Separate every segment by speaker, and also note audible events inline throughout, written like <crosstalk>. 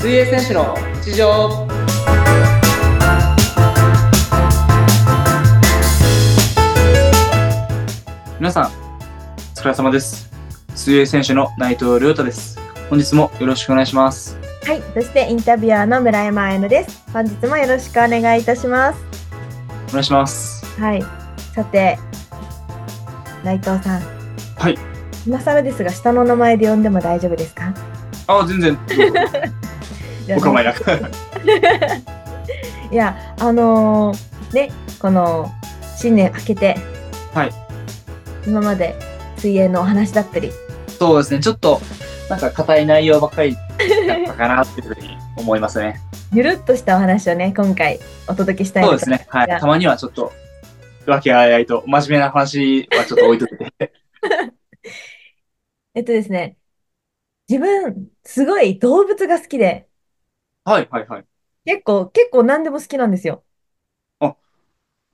Speaker 1: 選手の日常
Speaker 2: 皆さん、お疲れ様です。水泳選手の内藤亮太です。本日もよろしくお願いします。
Speaker 3: はい、そしてインタビュアーの村山彩乃です。本日もよろしくお願いいたします。
Speaker 2: お願いします。
Speaker 3: はい、さて、内藤さん。
Speaker 2: はい。
Speaker 3: 今更ですが、下の名前で呼んでも大丈夫ですか
Speaker 2: あ、全然、お構いなく。
Speaker 3: いや、あのーね、この新年明けて、
Speaker 2: はい。
Speaker 3: 今まで水泳のお話だったり、
Speaker 2: <laughs> そうですね、ちょっと、なんか硬い内容ばっかりだったかなっていうふうに思いますね。
Speaker 3: ゆるっとしたお話をね、今回お届けしたいな
Speaker 2: そ
Speaker 3: と
Speaker 2: うですね、はい。
Speaker 3: じゃあ
Speaker 2: たまにはちょっと、わけあいあいと、真面目な話はちょっと置いといて。
Speaker 3: えっとですね、自分、すごい動物が好きで、
Speaker 2: はい、はい、はい。
Speaker 3: 結構、結構何でも好きなんですよ。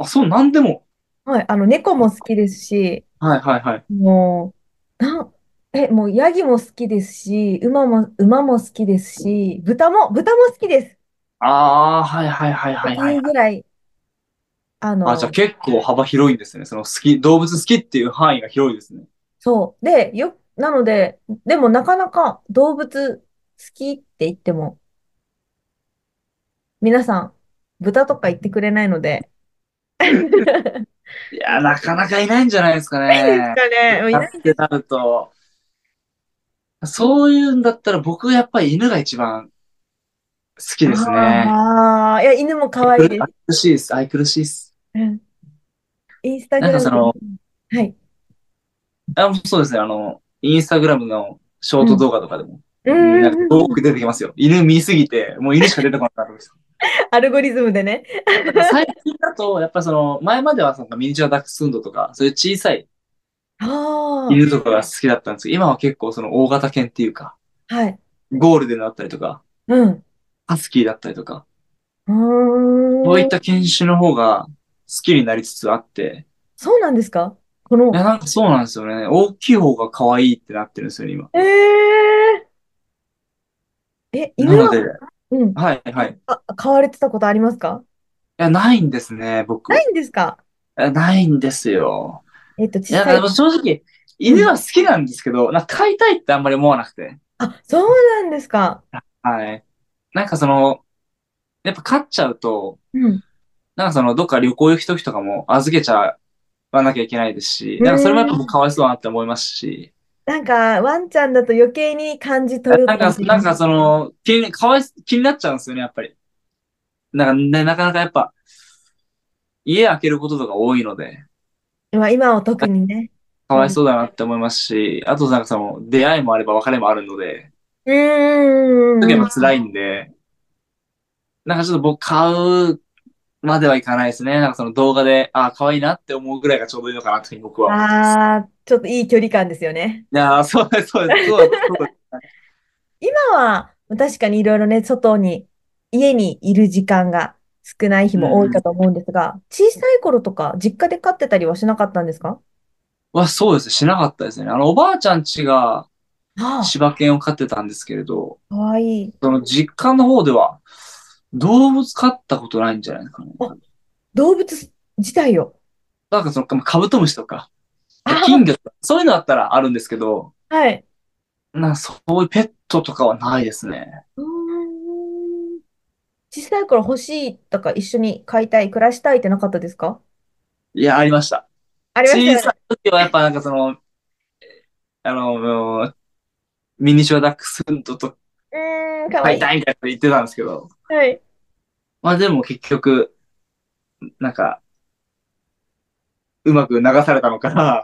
Speaker 2: あ、そう、なんでも。
Speaker 3: はい、あの、猫も好きですし、
Speaker 2: はい、はい、はい。
Speaker 3: もう、なん、え、もう、ヤギも好きですし、馬も、馬も好きですし、豚も、豚も好きです。
Speaker 2: あー、はい、はい、はい、はい、はい
Speaker 3: い
Speaker 2: い。
Speaker 3: ぐらい、あの、
Speaker 2: あ、じゃあ結構幅広いんですね。その好き、動物好きっていう範囲が広いですね。
Speaker 3: そう。で、よ、なので、でもなかなか動物好きって言っても、皆さん、豚とか言ってくれない
Speaker 2: <laughs>
Speaker 3: ので、 <laughs>
Speaker 2: いや、なかなかいないんじゃないですか
Speaker 3: いいです
Speaker 2: ね。
Speaker 3: かね、もうい
Speaker 2: だ
Speaker 3: な
Speaker 2: っ
Speaker 3: い
Speaker 2: てなると、そういうんだったら僕やっぱり犬が一番好きですね。
Speaker 3: ああ、いや、犬も可愛いです
Speaker 2: 愛。くるしいです。愛くるしいです。
Speaker 3: うんインスタグ
Speaker 2: なんか
Speaker 3: ラ
Speaker 2: そ
Speaker 3: ム
Speaker 2: の、
Speaker 3: で、はい。
Speaker 2: あ、そうですね。あの、インスタグラムのショート動画とかでも、
Speaker 3: うんうん
Speaker 2: な
Speaker 3: うんん
Speaker 2: か多く出てきますよ。犬見すぎて、もう犬しか出てこなくなるんですよ。
Speaker 3: アルゴリズムでね。
Speaker 2: なんか最近だと、やっぱりその、前まではそのミニチュアダックスフンドとか、そういう小さい
Speaker 3: あ
Speaker 2: 犬とかが好きだったんですけど、今は結構その大型犬っていうか、
Speaker 3: あ、はい。
Speaker 2: ゴールデンだったりとか、
Speaker 3: うん。う
Speaker 2: ハスキーだったりとか、
Speaker 3: ーん。
Speaker 2: こういった犬種の方が好きになりつつあって、
Speaker 3: そうなんですかこの
Speaker 2: いや、、なんかそうなんですよね。大きい方が可愛いってなってるんですよね、今。
Speaker 3: ええー。え、
Speaker 2: な
Speaker 3: 犬
Speaker 2: の
Speaker 3: は、
Speaker 2: で、
Speaker 3: うん。
Speaker 2: はい、はい。い
Speaker 3: あ、飼われてたことありますか
Speaker 2: や、ないんですね、僕。
Speaker 3: ないんですか
Speaker 2: えないんですよ。
Speaker 3: えっと、
Speaker 2: い
Speaker 3: 小
Speaker 2: や、
Speaker 3: さ
Speaker 2: で
Speaker 3: い。
Speaker 2: も正直、犬は好きなんですけど、なんか飼いたいってあんまり思わなくて。
Speaker 3: あ、そうなんですか。
Speaker 2: はい。なんかその、やっぱ飼っちゃうと、
Speaker 3: うん。
Speaker 2: なんかその、どっか旅行行く時とかも預けちゃわなきゃいけないですし、
Speaker 3: うん
Speaker 2: なんかそれもやっぱかわいそうだなって思いますし、
Speaker 3: なんか、ワンちゃんだと余計に感じ取る
Speaker 2: なんか、
Speaker 3: しれ
Speaker 2: ないんかそ、の、気に、かわい、気になっちゃうんですよね、やっぱり。なんかね、なかなかやっぱ、家開けることとか多いので、
Speaker 3: まあ今は特にね。
Speaker 2: かわいそうだなって思いますし、あとなんかその、出会いもあれば別れもあるので、
Speaker 3: うーん。
Speaker 2: 時も辛いんで、なんかちょっと僕買うまではいかないですね。なんかその動画で、ああ、可愛いなって思うぐらいがちょうどいいのかなというふうに僕は思います。
Speaker 3: ああ、ちょっといい距離感ですよね。
Speaker 2: いやーそうです、そうです、そう <laughs> です。そうです
Speaker 3: 今は確かにいろいろね、外に、家にいる時間が少ない日も多いかと思うんですが、小さい頃とか実家で飼ってたりはしなかったんですか
Speaker 2: は、そうです。しなかったですね。あの、おばあちゃん家が
Speaker 3: ああ、
Speaker 2: 柴犬を飼ってたんですけれど、
Speaker 3: かわいい。
Speaker 2: その実家の方では、動物飼ったことないんじゃないですかね。
Speaker 3: あ動物自体を。
Speaker 2: なんかそのまあカブトムシとか
Speaker 3: あ、
Speaker 2: 金魚とか、そういうのだったらあるんですけど、
Speaker 3: はい。
Speaker 2: なんかそういうペットとかはないですね。
Speaker 3: うーん小さい頃欲しいとか一緒に飼いたい、暮らしたいってなかったですか
Speaker 2: いや、ありました。
Speaker 3: ありました
Speaker 2: 小
Speaker 3: よね
Speaker 2: さい時はやっぱなんかその、あの、もうミニチュアダックスフンドと
Speaker 3: うーん、かわ
Speaker 2: 飼
Speaker 3: い
Speaker 2: い
Speaker 3: い。
Speaker 2: たいみたいなこと言ってたんですけど、
Speaker 3: はい。
Speaker 2: まあでも結局、なんか、うまく流されたのか
Speaker 3: <laughs>
Speaker 2: な。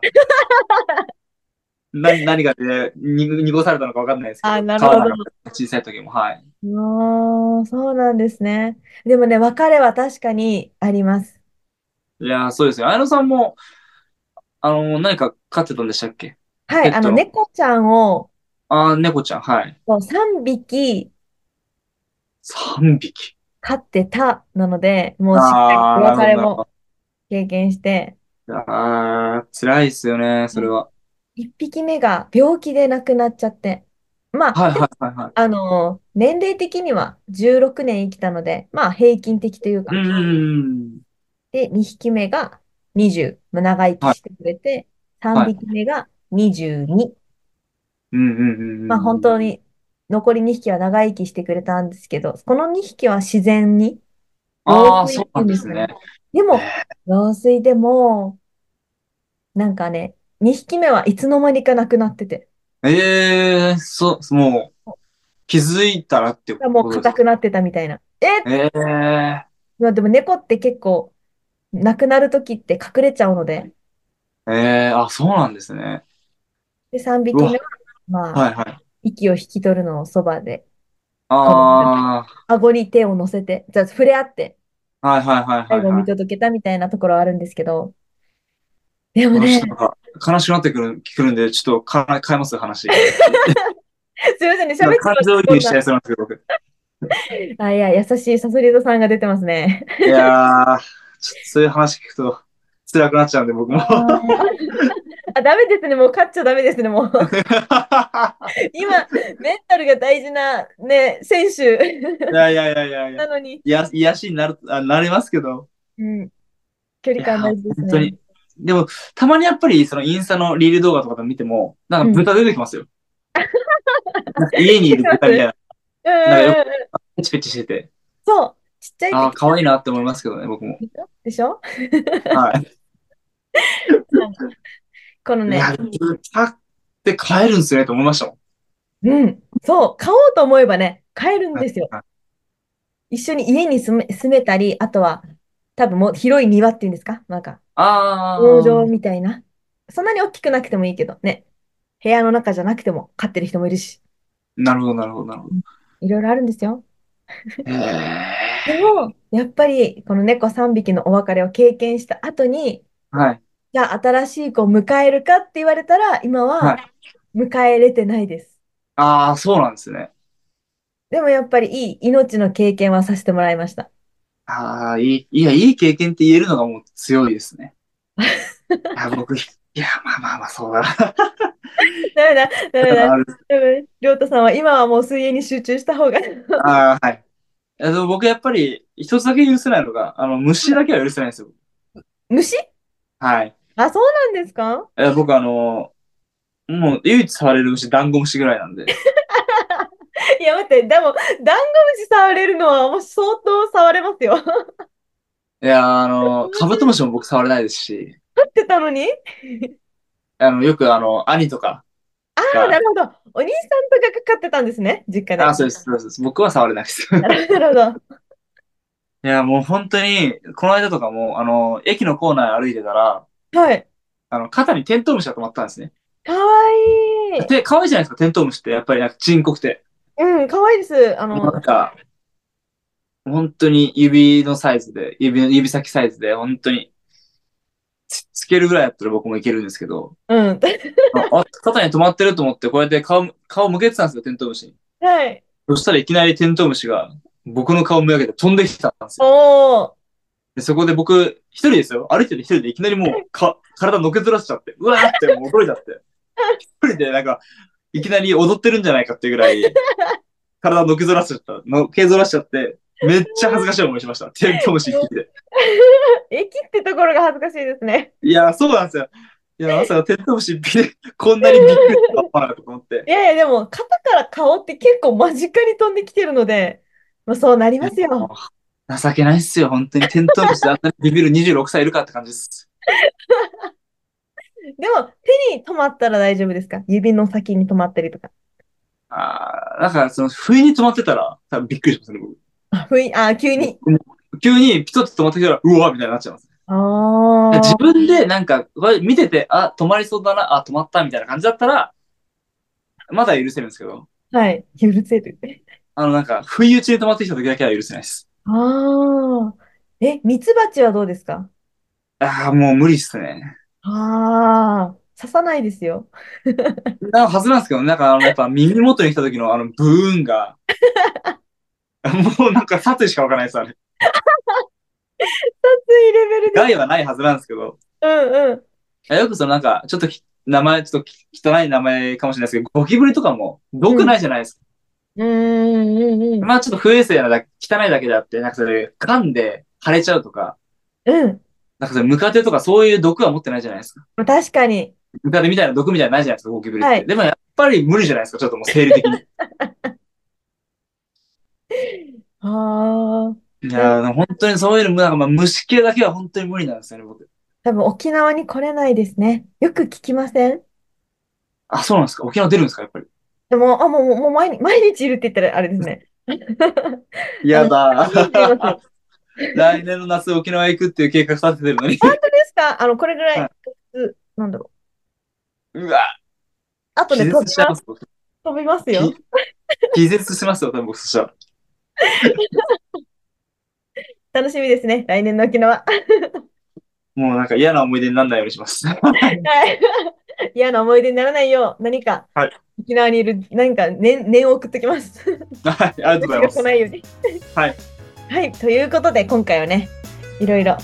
Speaker 2: な何がで、に濁されたのかわかんないですけど。
Speaker 3: あなるほど
Speaker 2: 変わらなかった小さい時も、はい。
Speaker 3: ああ、そうなんですね。でもね、別れは確かにあります。
Speaker 2: いやー、そうですよ。綾野さんも、あのー何か飼ってたんでしたっけ
Speaker 3: はい、
Speaker 2: ペ
Speaker 3: あの、
Speaker 2: ットの
Speaker 3: 猫ちゃんを、
Speaker 2: あー、猫ちゃん、はい。
Speaker 3: こう3匹
Speaker 2: 3匹。
Speaker 3: 飼ってたなので、もうしっ
Speaker 2: あ
Speaker 3: かり
Speaker 2: ー
Speaker 3: お別れ
Speaker 2: なるほ
Speaker 3: も経験して、
Speaker 2: どあー、辛いですよね、それは。
Speaker 3: 1匹目が病気で亡くなっちゃって、まあ、
Speaker 2: はいはいはいはい。
Speaker 3: あの、年齢的には16年生きたので、まあ平均的というか、
Speaker 2: うんうんうん。
Speaker 3: で、2匹目が20、まあ長生きしてくれて、3
Speaker 2: はい
Speaker 3: 匹目が22。
Speaker 2: うんうんうんうん。
Speaker 3: まあ本当。に残り2匹は長生きしてくれたんですけど、この2匹は自然に
Speaker 2: ああ、
Speaker 3: 老衰
Speaker 2: そうなん
Speaker 3: っていうん
Speaker 2: で
Speaker 3: ですすかね
Speaker 2: ね。
Speaker 3: でも、老衰でも、なんかね、2匹目はいつの間にか亡くなってて、
Speaker 2: ええそう、もう、気づいたらってこ
Speaker 3: もう
Speaker 2: とです
Speaker 3: 硬
Speaker 2: か。
Speaker 3: くなってたみたいな。え
Speaker 2: ええ
Speaker 3: まあでも猫って結構、亡くなる時って隠れちゃうので、
Speaker 2: ええあ、そうなんですね。
Speaker 3: で、3匹目は、まあ、
Speaker 2: はいはい。
Speaker 3: 息を引き取るのをそばで、
Speaker 2: あ
Speaker 3: 顎に手を乗せて、じゃあ触れ合って、
Speaker 2: あ、はいはいはいは
Speaker 3: 最
Speaker 2: い
Speaker 3: 後
Speaker 2: は
Speaker 3: 見
Speaker 2: い。
Speaker 3: 届けたみたいなところはあるんですけど、でも
Speaker 2: あちょ
Speaker 3: ね
Speaker 2: っと、なんか、悲しくなってくる、くるんで、ちょっとか変えます、
Speaker 3: <laughs>
Speaker 2: 話。
Speaker 3: すいませんね、喋っ
Speaker 2: 感
Speaker 3: てます
Speaker 2: 情移入しちゃいそうなんですけど、僕。
Speaker 3: あ、いや、優しいサソリードさんが出てますね。
Speaker 2: いやー、ちょっとそういう話聞くと、辛くなっちゃうんで、僕も。 <laughs>
Speaker 3: <laughs> あ、ダメですね、もう勝っちゃダメです
Speaker 2: <laughs>
Speaker 3: ね、もう。今、メンタルが大事な、ね、選手
Speaker 2: いやいやいやいやい
Speaker 3: な
Speaker 2: や。
Speaker 3: のに、
Speaker 2: いや、癒しになる、あ、なれますけど。
Speaker 3: うん、距離感大事です
Speaker 2: 本当
Speaker 3: ね
Speaker 2: に。。でも、たまにやっぱり、そのインスタのリール動画とかで見ても、なんか豚出てきますよ。なんか家にいる豚みたい
Speaker 3: <laughs>
Speaker 2: な、
Speaker 3: うんうんうんうん、
Speaker 2: ペチペチしてて。
Speaker 3: そう、ちっちゃい
Speaker 2: ああ、
Speaker 3: 時
Speaker 2: 可愛いなって思いますけどね、僕も。
Speaker 3: でしょ
Speaker 2: はい。
Speaker 3: この
Speaker 2: い
Speaker 3: ね、
Speaker 2: や、豚って飼えるんすねと思いましたもん。
Speaker 3: うん、そう、買おうと思えばね、買えるんですよ。
Speaker 2: はい
Speaker 3: 一緒に家に住め、住めたり、あとは、多分もう広い庭っていうんですかなんか、
Speaker 2: ああ。
Speaker 3: 農場みたいな。そんなに大きくなくてもいいけど、ね。部屋の中じゃなくても飼ってる人もいるし、
Speaker 2: なるほど、なるほど、なるほど。
Speaker 3: いろいろあるんですよ。
Speaker 2: へ
Speaker 3: でも、やっぱり、この猫3匹のお別れを経験した後に、
Speaker 2: ーはい。
Speaker 3: じゃあ新しい子を迎えるかって言われたら、今
Speaker 2: は。
Speaker 3: はい迎えれてないです。
Speaker 2: ああ、そうなんですね。
Speaker 3: でもやっぱりいい命の経験はさせてもらいました。
Speaker 2: ああ、いい、いや、いい経験って言えるのがもう強いです
Speaker 3: <laughs>
Speaker 2: ね。あ僕、いや、まあまあまあ、そうだ
Speaker 3: <laughs>
Speaker 2: な。
Speaker 3: ダメだ、ダメだ、
Speaker 2: ある
Speaker 3: ダメだ。りょうたさんは今はもう水泳に集中した方が。
Speaker 2: あーはい。えっと、僕、やっぱり、一つだけ許せないのが、あの、虫だけは許せないんですよ。
Speaker 3: 虫
Speaker 2: はい。
Speaker 3: あ、そうなんですか
Speaker 2: え僕、あの、もう、唯一触れる虫、ダンゴムシぐらいなんで。
Speaker 3: いや、待って、でも、ダンゴムシ触れるのはもう相当触れますよ。
Speaker 2: <laughs> いや、あの、カブトムシも僕触れないですし、
Speaker 3: 飼ってたのに
Speaker 2: あの、よく、あの、兄とか
Speaker 3: ああ、な
Speaker 2: が、
Speaker 3: るほど。お兄さんとかが飼ってたんですね、実家で。
Speaker 2: あー、そうです、そうです。僕は触れないです。
Speaker 3: なるほ
Speaker 2: <laughs>
Speaker 3: ど。
Speaker 2: いや、もう本当に、この間とかも、あの、駅の構内歩いてたら、
Speaker 3: はい。
Speaker 2: あの、肩にテントウムシが止まったんですね。
Speaker 3: かわいい。
Speaker 2: で、可愛いじゃないですか、テントウムシって、やっぱりなんかちんこくて。
Speaker 3: うん、かわいいです。あ
Speaker 2: もうな
Speaker 3: の
Speaker 2: ん、か、本当に指のサイズで、指の、指先サイズで、本当に、つ、つけるぐらいだったら僕もいけるんですけど、
Speaker 3: うん。 <laughs>
Speaker 2: あ、あ肩に止まってると思って、こうやって顔、顔向けてたんですよ、テントウムシに。
Speaker 3: はい。
Speaker 2: そしたらいきなりテントウムシが、僕の顔をめがけて飛んできたんですよ。
Speaker 3: おー。
Speaker 2: で、そこで僕、一人ですよ。歩いてる一人でいきなりもう、か、体のけずらしちゃって、うわーってもう驚いちゃって。一人でなんか、いきなり踊ってるんじゃないかっていうぐらい、体のけずらしちゃった、のけずらしちゃって、めっちゃ恥ずかしい思いしました。テントウムシ一匹で。
Speaker 3: 駅ってところが恥ずかしいですね。
Speaker 2: いやー、そうなんですよ。いや、まさかテントウムシ一匹で、こんなにびっくりしたとは思わなかったと思って。
Speaker 3: いやいや、でも、肩から顔って結構間近に飛んできてるので、まあ、そうなりますよ。
Speaker 2: 情けないっすよ、本当に。テントウムシであんなにビビる26歳いるかって感じです。
Speaker 3: でも、手に止まったら大丈夫ですか指の先に止まったりとか。
Speaker 2: あー、なんか、その、不意に止まってたら、多分びっくりしますね、僕。
Speaker 3: あ、ふい、あ、急に。
Speaker 2: 急にピトッと止まってきたら、うわーみたいになっちゃいます。
Speaker 3: ああ。
Speaker 2: 自分でなんか、これ見てて、あ、止まりそうだな、あ、止まったみたいな感じだったら、まだ許せるんですけど、
Speaker 3: はい。許せる。
Speaker 2: あのなんか、不意打ちで止まってきた時だけは許せないです。
Speaker 3: ああ。え、ミツバチはどうですか
Speaker 2: ああ、もう無理っすね。
Speaker 3: ああ。刺さないですよ。
Speaker 2: なはずなんですけど、なんかあの、やっぱ耳元に来た時のあの、ブーンが、もうなんか殺意しかわからないです、あれ。
Speaker 3: 熱いレベルで。
Speaker 2: 害はないはずなんですけど、
Speaker 3: うんうん。
Speaker 2: よくそのなんか、ちょっとひ名前、ちょっとき汚い名前かもしれないですけど、ゴキブリとかも、毒ないじゃないですか。
Speaker 3: うんうんうんうん。
Speaker 2: まあちょっと不衛生なだけ、汚いだけであって、なんかそれ、噛んで腫れちゃうとか、
Speaker 3: うん。
Speaker 2: なんかそれ、ムカデとかそういう毒は持ってないじゃないですか。
Speaker 3: 確かに。
Speaker 2: ムカデみたいな毒みたいなのないじゃないですか、ゴキブリって。
Speaker 3: はい
Speaker 2: でもやっぱり無理じゃないですか、ちょっともう生理的に。
Speaker 3: ああ。
Speaker 2: <laughs> いやー本当にそういうの、なんかまあ虫系だけは本当に無理なんですよね、僕。
Speaker 3: 多分沖縄に来れないですね。よく聞きません
Speaker 2: あ、そうなんですか沖縄出るんですかやっぱり。
Speaker 3: でも、あ、もう、もうもう毎日、毎日いるって言ったらあれですね。
Speaker 2: やだ
Speaker 3: すいま
Speaker 2: <laughs>
Speaker 3: せん。
Speaker 2: ー。来年の夏沖縄行くっていう計画立ててるのに。
Speaker 3: ですかあの、これぐら、
Speaker 2: はい
Speaker 3: うなんだろう。
Speaker 2: <laughs> うわ、
Speaker 3: あと
Speaker 2: 気
Speaker 3: ね、飛び
Speaker 2: 絶しちゃい
Speaker 3: ま、
Speaker 2: ますす、僕。
Speaker 3: 飛びますよ。
Speaker 2: 気絶しますよ、多分僕そしたら。
Speaker 3: 楽しみですね。来年の沖縄。
Speaker 2: もうなんか嫌な思い出にならないようにします。 <laughs>
Speaker 3: はい。 <laughs> 嫌な思い出にならないよう、何か、
Speaker 2: はい
Speaker 3: 沖縄にいる、何か念、念を送ってきます。
Speaker 2: はい、ありがとうございます
Speaker 3: 私が来。ないように。
Speaker 2: はい。
Speaker 3: はい。ということで、今回はね、いろいろ、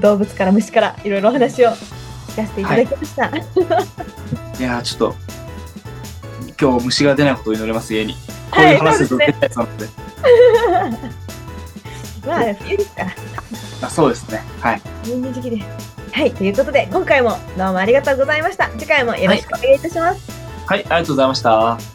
Speaker 3: 動物から虫から、いろいろお話を聞かせていただきました。
Speaker 2: いやー、ちょっと、今日虫が出ないことを祈ります、家に。こう
Speaker 3: は
Speaker 2: いう
Speaker 3: い
Speaker 2: 話
Speaker 3: そ
Speaker 2: す
Speaker 3: うで
Speaker 2: る
Speaker 3: す
Speaker 2: と出ないや
Speaker 3: ね
Speaker 2: つなので。
Speaker 3: まあ、冬ですから、
Speaker 2: あそうですね。はい。
Speaker 3: 冬の時期です。はい。ということで、今回もどうもありがとうございました。次回もよろしくお願いいたします。
Speaker 2: はい、ありがとうございました。